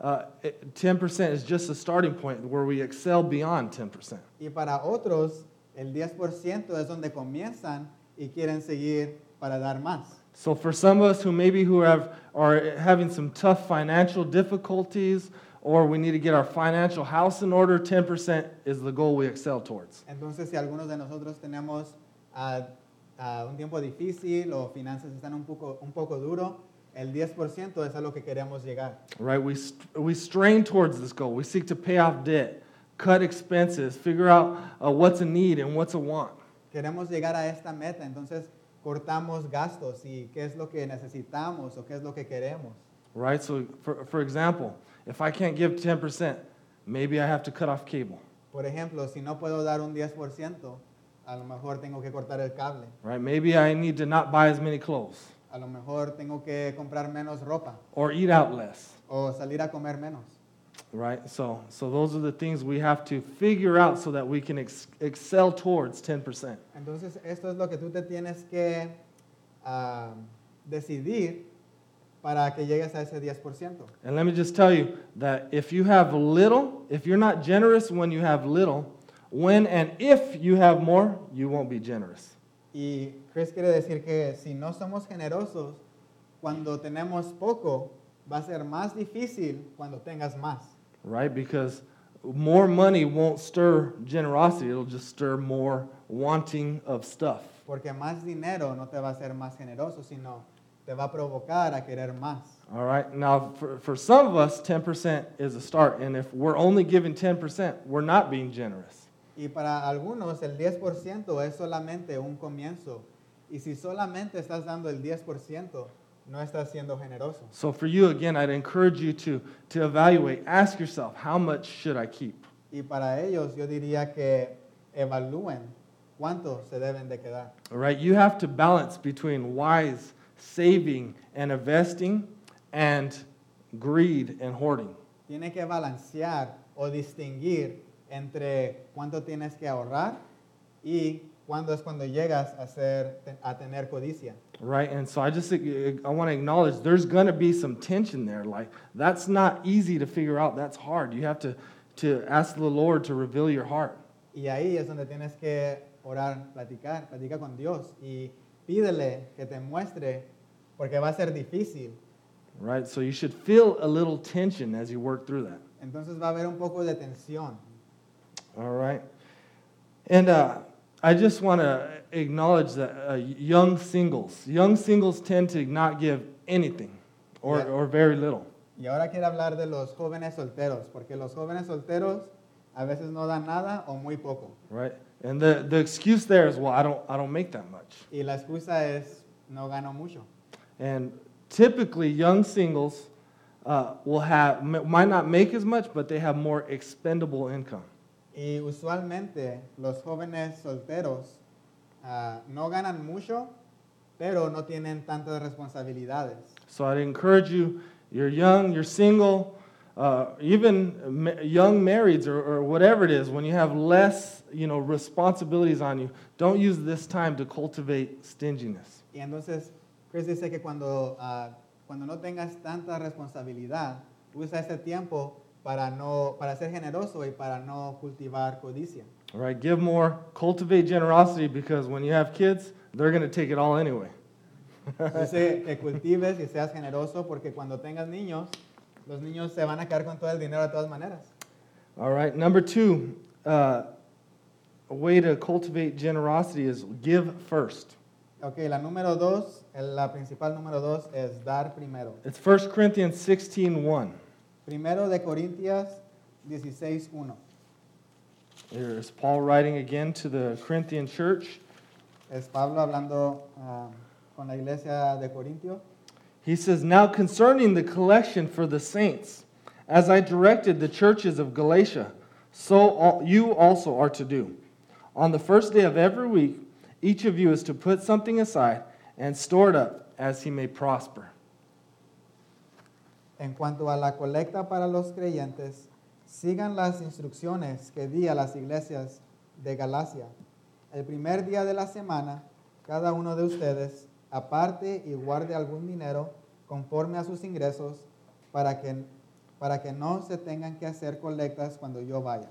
Speaker 3: uh, it- 10% is just a starting point where we excel beyond 10%.
Speaker 2: Y para otros, el 10% es donde comienzan y quieren seguir para dar más.
Speaker 3: So for some of us who maybe who have, are having some tough financial difficulties or we need to get our financial house in order, 10% is the goal we excel towards.
Speaker 2: Entonces, si algunos de nosotros tenemos ah, ah, un tiempo difícil o finanzas están un poco, un poco duro, el 10% es a lo que queremos llegar.
Speaker 3: right? We, st- we strain towards this goal. We seek to pay off debt, cut expenses, figure out uh, what's a need and what's a want.
Speaker 2: Queremos llegar a esta meta, entonces cortamos gastos y qué es lo que necesitamos o qué es lo que queremos.
Speaker 3: Right? So, for, for example, if I can't give 10%, maybe I have to cut off cable.
Speaker 2: Por ejemplo, si no puedo dar un 10%, a lo mejor tengo que cortar el cable,
Speaker 3: Right? Maybe I need to not buy as many clothes
Speaker 2: a lo mejor tengo que comprar menos ropa
Speaker 3: or eat out less.
Speaker 2: o salir a comer menos.
Speaker 3: Right? So, so those are the things we have to figure out so that we can ex- excel towards 10%.
Speaker 2: Entonces, esto es lo que tú te tienes que ah, decidir para que llegues a ese 10%.
Speaker 3: And let me just tell you that if you have little, if you're not generous when you have little, when and if you have more, you won't be generous.
Speaker 2: Y Chris quiere decir que si no somos generosos, cuando tenemos poco, va a ser más difícil cuando tengas más.
Speaker 3: Right? Because more money won't stir generosity, it'll just stir more wanting of stuff.
Speaker 2: Porque más dinero no te va a hacer más generoso, sino te va a provocar a querer más.
Speaker 3: All right? Now, for, for some of us, 10% is a start. And if we're only giving 10%, we're not being generous.
Speaker 2: Y para algunos el 10% es solamente un comienzo. Y si solamente estás dando el 10%, no estás siendo generoso.
Speaker 3: So, for you, again, I'd encourage you to, to evaluate, ask yourself, how much should I keep?
Speaker 2: Y para ellos yo diría que evalúen cuánto se deben de quedar.
Speaker 3: All right, you have to balance between wise saving and investing and greed and hoarding.
Speaker 2: Tiene que balancear o distinguir entre cuánto tienes que ahorrar y cuándo es cuando llegas a, ser, a tener codicia.
Speaker 3: Right? And so I just I want to acknowledge there's going to be some tension there. Like that's not easy to figure out. That's hard. You have to to ask the Lord to reveal your heart.
Speaker 2: Y ahí es donde tienes que orar, platicar, platica con Dios y pídele que te muestre porque va a ser difícil.
Speaker 3: Right? So you should feel a little tension as you work through that.
Speaker 2: Entonces va a haber un poco de tensión.
Speaker 3: All right. And uh, I just want to acknowledge that uh, young singles, young singles tend to not give anything or,
Speaker 2: Yeah.
Speaker 3: or very little.
Speaker 2: Y ahora quiero hablar de los jóvenes solteros, porque los jóvenes solteros a veces no dan nada o muy poco.
Speaker 3: Right. And the, the excuse there is, well, I don't, I don't make that much.
Speaker 2: Y la excusa es, no gano mucho.
Speaker 3: And typically, young singles uh, will have, m- might not make as much, but they have more expendable income.
Speaker 2: Y usualmente los jóvenes solteros ah, no ganan mucho, pero no tienen tantas responsabilidades.
Speaker 3: So I'd encourage you, you're young, you're single, uh, even ma- young marrieds or, or whatever it is, when you have less you know, responsibilities on you, don't use this time to cultivate stinginess.
Speaker 2: Y entonces Chris dice que cuando, ah, cuando no tengas tanta responsabilidad, usa ese tiempo para, no, para ser generoso y para no cultivar codicia.
Speaker 3: All right, give more, cultivate generosity because when you have kids, they're going to take it all anyway.
Speaker 2: Dice que cultives y seas generoso porque cuando tengas niños, los niños se van a quedar con todo el dinero de todas maneras.
Speaker 3: All right, number two, uh, a way to cultivate generosity is give first.
Speaker 2: Ok, la número dos, el- la principal número dos es dar primero.
Speaker 3: It's 1 Corinthians 16 1.
Speaker 2: Primero de Corintias 16.1.
Speaker 3: Here's Paul writing again to the Corinthian church.
Speaker 2: Es Pablo hablando ah, con la iglesia de Corintio.
Speaker 3: He says, Now concerning the collection for the saints, As I directed the churches of Galatia, so al- you also are to do. On the first day of every week, each of you is to put something aside and store it up as he may prosper.
Speaker 2: En cuanto a la colecta para los creyentes, sigan las instrucciones que di a las iglesias de Galacia. El primer día de la semana, cada uno de ustedes aparte y guarde algún dinero conforme a sus ingresos para que, para que no se tengan que hacer colectas cuando yo vaya.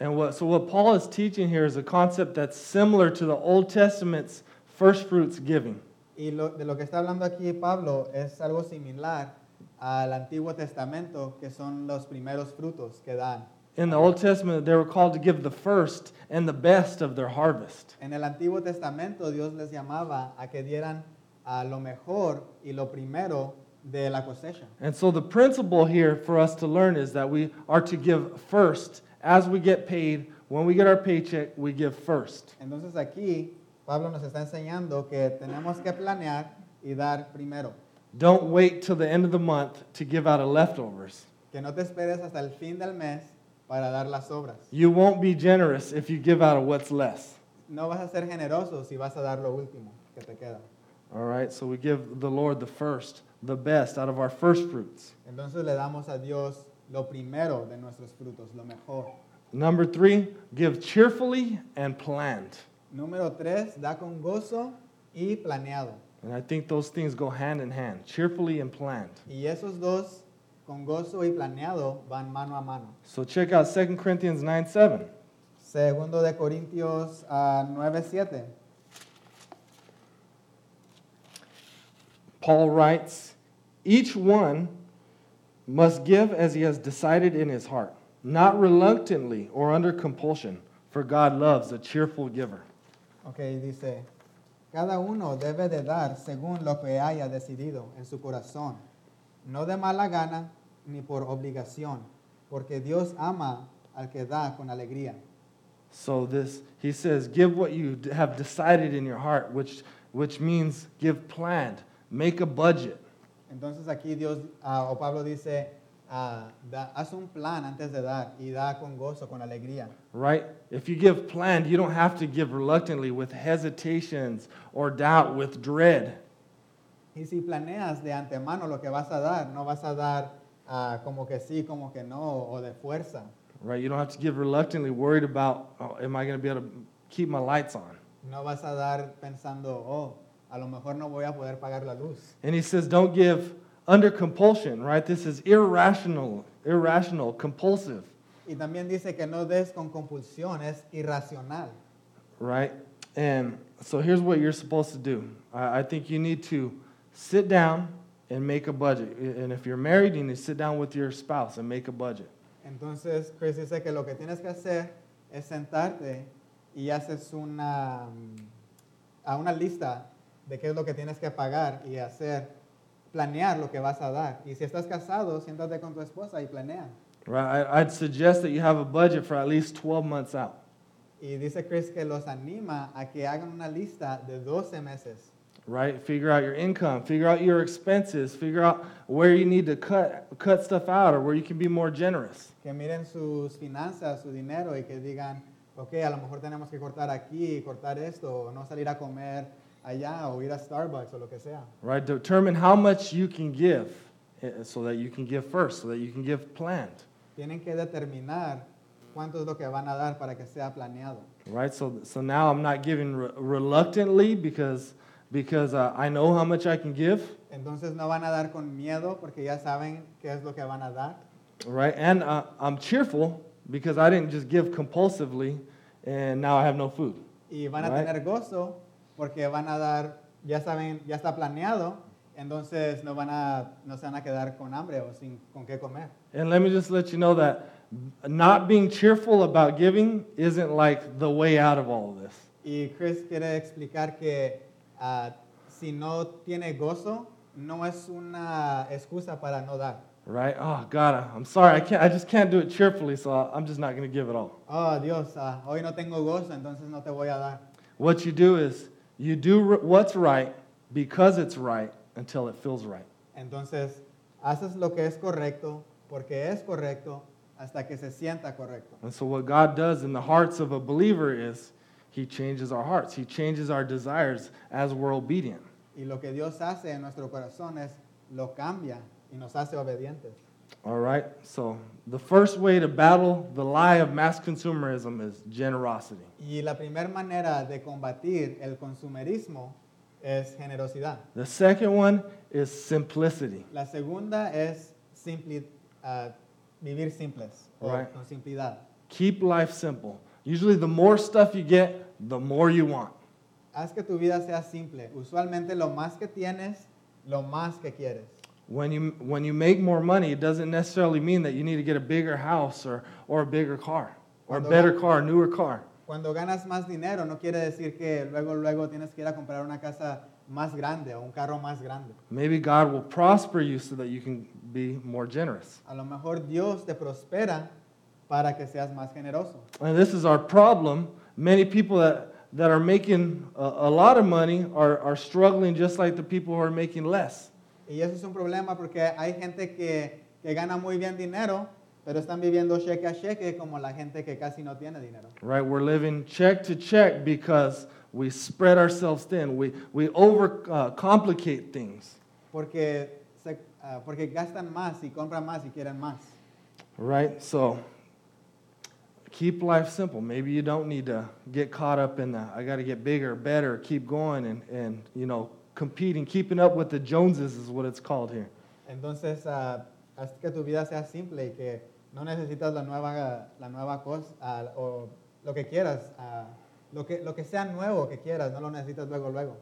Speaker 3: And what, so, what Paul is teaching here is a concept that's similar to the Old Testament's first fruits giving.
Speaker 2: Y lo- de lo que está hablando aquí Pablo es algo similar al Antiguo Testamento, que son los primeros frutos que dan.
Speaker 3: In the Old Testament, they were called to give the first and the best of their harvest.
Speaker 2: En el Antiguo Testamento Dios les llamaba a que dieran a lo mejor y lo primero de la cosecha.
Speaker 3: And so the principle here for us to learn is that we are to give first as we get paid. When we get our paycheck, we give first.
Speaker 2: Entonces aquí Pablo nos está enseñando que tenemos que planear y dar primero.
Speaker 3: Don't wait till the end of the month to give out of leftovers.
Speaker 2: Que no te esperes hasta el fin del mes para dar las obras.
Speaker 3: You won't be generous if you give out of what's less.
Speaker 2: No vas a ser generoso si vas a dar lo último que te queda.
Speaker 3: All right, so we give the Lord the first, the best out of our first fruits.
Speaker 2: Entonces le damos a Dios lo primero de nuestros frutos, lo mejor.
Speaker 3: Number three, give cheerfully and planned.
Speaker 2: Número tres, da con gozo y planeado.
Speaker 3: And I think those things go hand in hand cheerfully and planned.
Speaker 2: Y esos dos, con gozo y planeado, van mano a mano.
Speaker 3: So check out 2 Corinthians 9 7.
Speaker 2: Segundo de Corintios ah, 9:7.
Speaker 3: Paul writes, Each one must give as he has decided in his heart, not reluctantly or under compulsion, for God loves a cheerful giver.
Speaker 2: Ok, dice, cada uno debe de dar según lo que haya decidido en su corazón, no de mala gana ni por obligación, porque Dios ama al que da con alegría.
Speaker 3: So this he says, give what you d- have decided in your heart, which which means give planned, make a budget.
Speaker 2: Entonces aquí Dios, ah, o Pablo dice, ah, da- haz un plan antes de dar y da con gozo, con alegría.
Speaker 3: Right? If you give planned, you don't have to give reluctantly with hesitations or doubt, with dread.
Speaker 2: Y si planeas de antemano lo que vas a dar, no vas a dar ah, como que sí, como que no, o de fuerza.
Speaker 3: Right? You don't have to give reluctantly, worried about, oh, am I going to be able to keep my lights on?
Speaker 2: No vas a dar pensando, oh, a lo mejor no voy a poder pagar la luz.
Speaker 3: And he says, don't give under compulsion, right? This is irrational, irrational, compulsive,
Speaker 2: Y también dice que no des con compulsión, es irracional.
Speaker 3: right? And so here's what you're supposed to do. I, I think you need to sit down and make a budget. And if you're married, you need to sit down with your spouse and make a budget.
Speaker 2: Entonces, Chris dice que lo que tienes que hacer es sentarte y haces una, mm, a una lista de qué es lo que tienes que pagar y hacer, planear lo que vas a dar. Y si estás casado, siéntate con tu esposa y planea.
Speaker 3: Right? I, I'd suggest that you have a budget for at least 12 months out,
Speaker 2: Y dice Chris que los anima a que hagan una lista de 12 meses.
Speaker 3: right? Figure out your income, figure out your expenses, figure out where you need to cut, cut stuff out or where you can be more generous.
Speaker 2: que miren sus finanzas, su dinero y que digan, ok, a lo mejor tenemos que cortar aquí, cortar esto, o no salir a comer allá, o ir a Starbucks o lo que sea.
Speaker 3: right? Determine how much you can give eh, so that you can give first, so that you can give planned,
Speaker 2: Tienen que determinar cuánto es lo que van a dar para que sea planeado.
Speaker 3: right? So, so now I'm not giving re- reluctantly because, because uh, I know how much I can give,
Speaker 2: Entonces no van a dar con miedo porque ya saben qué es lo que van a dar.
Speaker 3: right? And uh, I'm cheerful because I didn't just give compulsively and now I have no food.
Speaker 2: Y van a
Speaker 3: Right.
Speaker 2: tener gozo porque van a dar, ya saben, ya está planeado, entonces no, van a, no se van a quedar con hambre o sin con qué comer.
Speaker 3: And let me just let you know that not being cheerful about giving isn't like the way out of all of this.
Speaker 2: Y Chris quiere explicar que ah, si no tiene gozo, no es una excusa para no dar.
Speaker 3: Right? Oh God, I'm sorry. I can't. I just can't do it cheerfully. So I- I'm just not going to give it all.
Speaker 2: Oh Dios, ah, hoy no tengo gozo, entonces no te voy a dar.
Speaker 3: What you do is you do r- what's right because it's right until it feels right.
Speaker 2: Entonces haces lo que es correcto porque es correcto hasta que se sienta correcto.
Speaker 3: And so, what God does in the hearts of a believer is He changes our hearts, He changes our desires as we're obedient.
Speaker 2: Y lo que Dios hace en nuestro corazón es lo cambia y nos hace obedientes.
Speaker 3: All right? So, the first way to battle the lie of mass consumerism is generosity.
Speaker 2: Y la primera manera de combatir el consumerismo es generosidad.
Speaker 3: The second one is simplicity.
Speaker 2: La segunda es simpli- ah, vivir simples o
Speaker 3: Right.
Speaker 2: con simplicidad.
Speaker 3: Keep life simple. Usually, the more stuff you get, the more you want.
Speaker 2: Haz que tu vida sea simple. Usualmente lo más que tienes, lo más que quieres.
Speaker 3: When you, when you make more money, it doesn't necessarily mean that you need to get a bigger house or, or a bigger car or a
Speaker 2: Cuando-
Speaker 3: better car, newer car.
Speaker 2: Cuando ganas más dinero no quiere decir que luego luego tienes que ir a comprar una casa más grande o un carro más grande.
Speaker 3: Maybe God will prosper you so that you can be more generous.
Speaker 2: A lo mejor Dios te prospera para que seas más generoso.
Speaker 3: And this is our problem. Many people that, that are making a, a lot of money are, are struggling just like the people who are making less.
Speaker 2: Y eso es un problema porque hay gente que, que gana muy bien dinero, pero están viviendo cheque a cheque como la gente que casi no tiene dinero.
Speaker 3: Right? We're living check to check because we spread ourselves thin. We, we over uh, complicate things.
Speaker 2: Porque, se- ah, porque gastan más y compran más y quieren más.
Speaker 3: Right? So keep life simple. Maybe you don't need to get caught up in the I got to get bigger, better, keep going and and you know, competing, keeping up with the Joneses is what it's called here.
Speaker 2: Entonces, ah, haz que tu vida sea simple y que no necesitas la nueva, la nueva cosa ah, o lo que quieras. ah, lo, que, lo que sea nuevo que quieras, no lo necesitas luego, luego.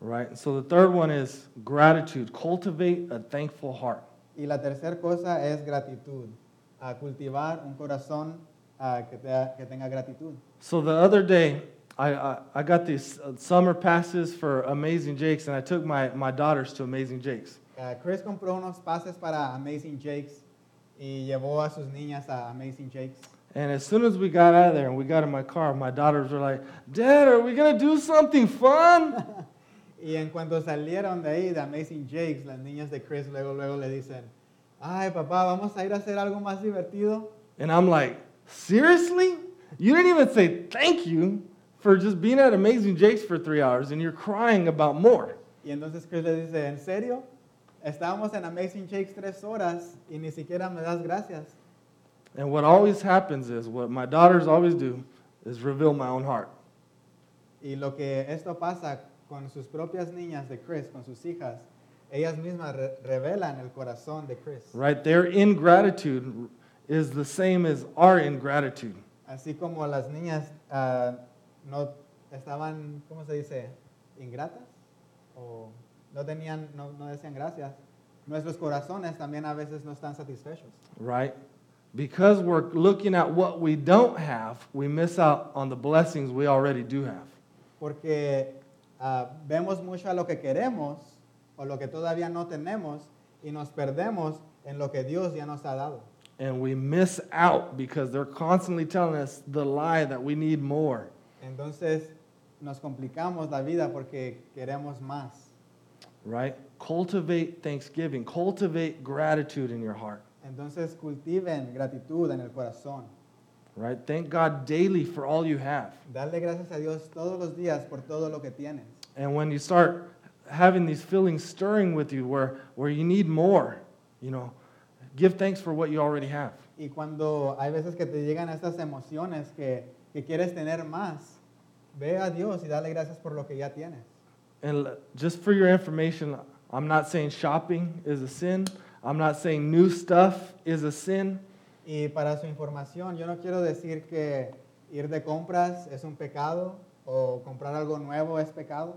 Speaker 3: Right? So the third one is gratitude. Cultivate a thankful heart.
Speaker 2: Y la tercera cosa es gratitud. A cultivar un corazón ah, que, te- que tenga gratitud.
Speaker 3: So the other day I, I, I got these uh, summer passes for Amazing Jake's, and I took my, my daughters to Amazing Jake's.
Speaker 2: Ah, Chris compró unos pases para Amazing Jakes y llevó a sus niñas a Amazing Jakes.
Speaker 3: And as soon as we got out of there and we got in my car, my daughters were like, Dad, are we going to do something fun?
Speaker 2: Y en cuanto salieron de ahí, de Amazing Jakes, las niñas de Chris luego, luego le dicen, ay papá, vamos a ir a hacer algo más divertido.
Speaker 3: And I'm like, seriously? You didn't even say thank you for just being at Amazing Jake's for three hours and you're crying about more.
Speaker 2: Y entonces Chris le dice, ¿en serio? Estábamos en Amazing Jakes tres horas y ni siquiera me das gracias.
Speaker 3: And what always happens is what my daughters always do is reveal my own heart.
Speaker 2: Y lo que esto pasa con sus propias niñas de Chris, con sus hijas, ellas mismas re- revelan el corazón de Chris.
Speaker 3: Right? Their ingratitude is the same as our ingratitude.
Speaker 2: Así como las niñas ah, no estaban, ¿cómo se dice? Ingratas o no tenían, no, no decían gracias. Nuestros corazones también a veces no están satisfechos.
Speaker 3: Right? Because we're looking at what we don't have, we miss out on the blessings we already do have.
Speaker 2: Porque ah, vemos mucho a lo que queremos o lo que todavía no tenemos y nos perdemos en lo que Dios ya nos ha dado.
Speaker 3: And we miss out because they're constantly telling us the lie that we need more.
Speaker 2: Entonces nos complicamos la vida porque queremos más.
Speaker 3: right? Cultivate thanksgiving, cultivate gratitude in your heart,
Speaker 2: Entonces cultiven gratitud en el corazón.
Speaker 3: right? Thank God daily for all you have.
Speaker 2: Darle gracias a Dios todos los días por todo lo que tienes.
Speaker 3: And when you start having these feelings stirring with you where, where you need more, you know, give thanks for what you already have.
Speaker 2: Y cuando hay veces que te llegan estas emociones que, que quieres tener más, ve a Dios y dale gracias por lo que ya tienes.
Speaker 3: And l- just for your information, I'm not saying shopping is a sin. I'm not saying new stuff is a sin.
Speaker 2: Y para su información, yo no quiero decir que ir de compras es un pecado o comprar algo nuevo es pecado,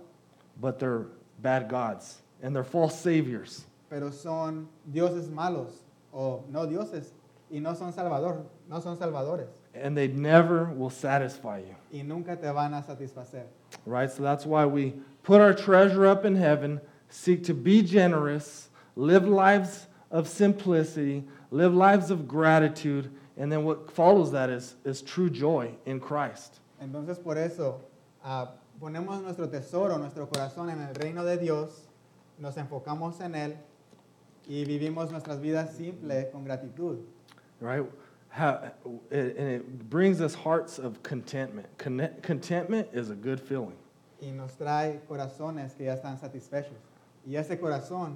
Speaker 3: But they're bad gods and they're false saviors.
Speaker 2: pero son dioses malos o no dioses y no son salvador, no son salvadores
Speaker 3: And they never will satisfy you.
Speaker 2: y nunca te van a satisfacer.
Speaker 3: Right? So that's why we put our treasure up in heaven, seek to be generous, live lives of simplicity, live lives of gratitude, and then what follows that is, is true joy in Christ.
Speaker 2: Entonces por eso ah, ponemos nuestro tesoro, nuestro corazón en el reino de Dios, nos enfocamos en Él y vivimos nuestras vidas simples con gratitud.
Speaker 3: right? How, and it brings us hearts of contentment. Conne- Contentment is a good feeling.
Speaker 2: y nos trae corazones que ya están satisfechos. Y ese corazón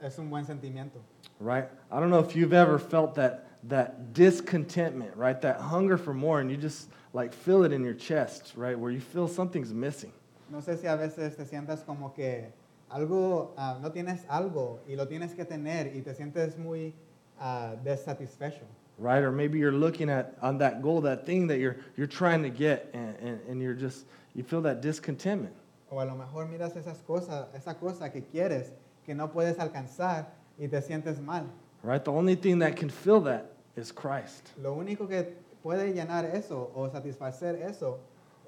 Speaker 2: es un buen sentimiento.
Speaker 3: right? I don't know if you've ever felt that that discontentment, right? That hunger for more, and you just like feel it in your chest, right? Where you feel something's missing.
Speaker 2: No sé si a veces te sientas como que algo, ah, no tienes algo y lo tienes que tener y te sientes muy ah, desatisfecho.
Speaker 3: Right? Or maybe you're looking at on that goal, that thing that you're you're trying to get and, and, and you're just you feel that discontentment.
Speaker 2: O a lo mejor miras esas cosas, esa cosa que quieres, que no puedes alcanzar y te sientes mal.
Speaker 3: Right? The only thing that can fill that is Christ.
Speaker 2: Lo único que puede llenar eso o satisfacer eso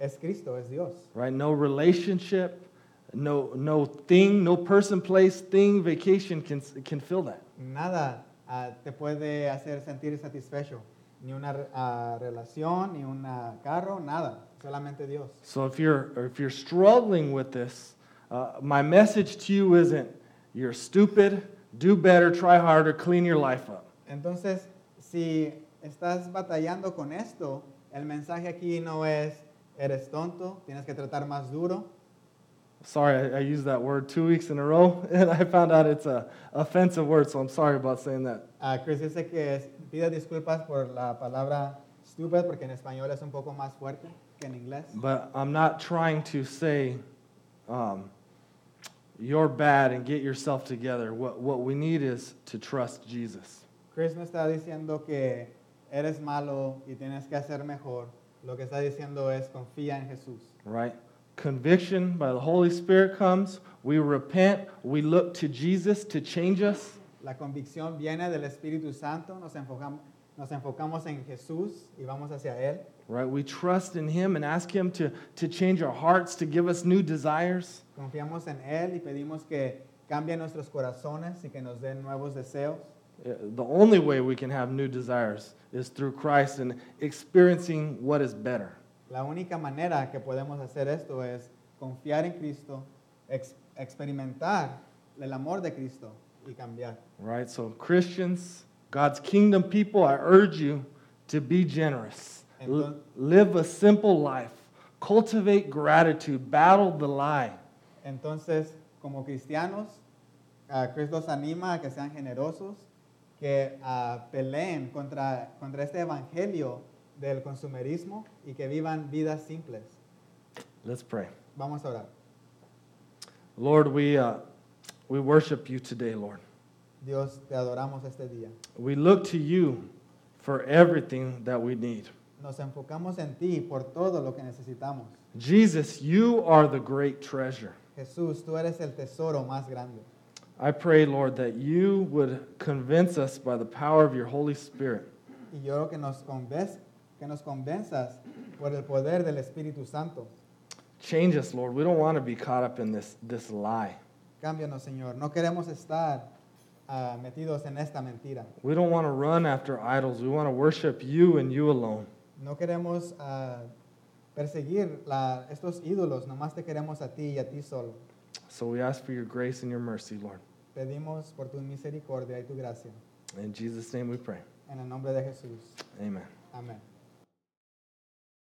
Speaker 2: es Cristo, es Dios.
Speaker 3: Right? No relationship, no no thing, no person, place, thing, vacation can can fill that.
Speaker 2: nada ah, te puede hacer sentir satisfecho. Ni una re- ah, relación, ni un ah, carro, nada. Solamente Dios.
Speaker 3: So if you're or if you're struggling with this, uh, my message to you isn't you're stupid, do better, try harder, clean your life up.
Speaker 2: Entonces, si estás batallando con esto, el mensaje aquí no es eres tonto, tienes que tratar más duro.
Speaker 3: Sorry, I, I used that word two weeks in a row, and I found out it's a offensive word, so I'm sorry about saying that.
Speaker 2: Ah, Chris dice que es- pide disculpas por la palabra stupid porque en español es un poco más fuerte que en inglés.
Speaker 3: But I'm not trying to say um, you're bad and get yourself together. What what we need is to trust Jesus.
Speaker 2: Chris no está diciendo que eres malo y tienes que hacer mejor. Lo que está diciendo es confía en Jesús.
Speaker 3: Right? Conviction by the Holy Spirit comes. We repent. We look to Jesus to change us.
Speaker 2: La convicción viene del Espíritu Santo, nos enfocam- nos enfocamos, en Jesús y vamos hacia Él.
Speaker 3: Right? We trust in Him and ask Him to, to change our hearts, to give us new desires.
Speaker 2: Confiamos en Él y pedimos que cambie nuestros corazones y que nos den nuevos deseos.
Speaker 3: Uh, The only way we can have new desires is through Christ and experiencing what is better.
Speaker 2: La única manera que podemos hacer esto es confiar en Cristo, ex- experimentar el amor de Cristo y cambiar.
Speaker 3: Right? So, Christians, God's kingdom people, I urge you to be generous.
Speaker 2: And
Speaker 3: L-
Speaker 2: don't-
Speaker 3: live a simple life. Cultivate gratitude. Battle the lie.
Speaker 2: Entonces, como cristianos, ah, Cristo los anima a que sean generosos, que ah, peleen contra, contra este evangelio del consumerismo y que vivan vidas simples.
Speaker 3: Let's pray.
Speaker 2: Vamos a orar.
Speaker 3: Lord, we, uh, we worship you today, Lord.
Speaker 2: Dios, te adoramos este día.
Speaker 3: We look to you for everything that we need.
Speaker 2: Nos enfocamos en ti por todo lo que necesitamos.
Speaker 3: Jesus, you are the great treasure.
Speaker 2: Jesús, tú eres el tesoro más grande.
Speaker 3: I pray, Lord, that you would convince us by the power of your Holy Spirit
Speaker 2: Y yo oro que nos, convenz- que nos convenzas por el poder del Espíritu Santo.
Speaker 3: Change us, Lord. We don't want to be caught up in this, this lie.
Speaker 2: Cámbianos, Señor. No queremos estar ah, metidos en esta mentira.
Speaker 3: We don't want to run after idols. We want to worship you and you alone.
Speaker 2: No queremos ah, perseguir la- estos ídolos. Nomás te queremos a ti y a ti solo.
Speaker 3: So we ask for your grace and your mercy, Lord.
Speaker 2: Pedimos por tu misericordia y tu gracia.
Speaker 3: In Jesus' name we pray.
Speaker 2: En el nombre de Jesús.
Speaker 3: Amen.
Speaker 2: Amén.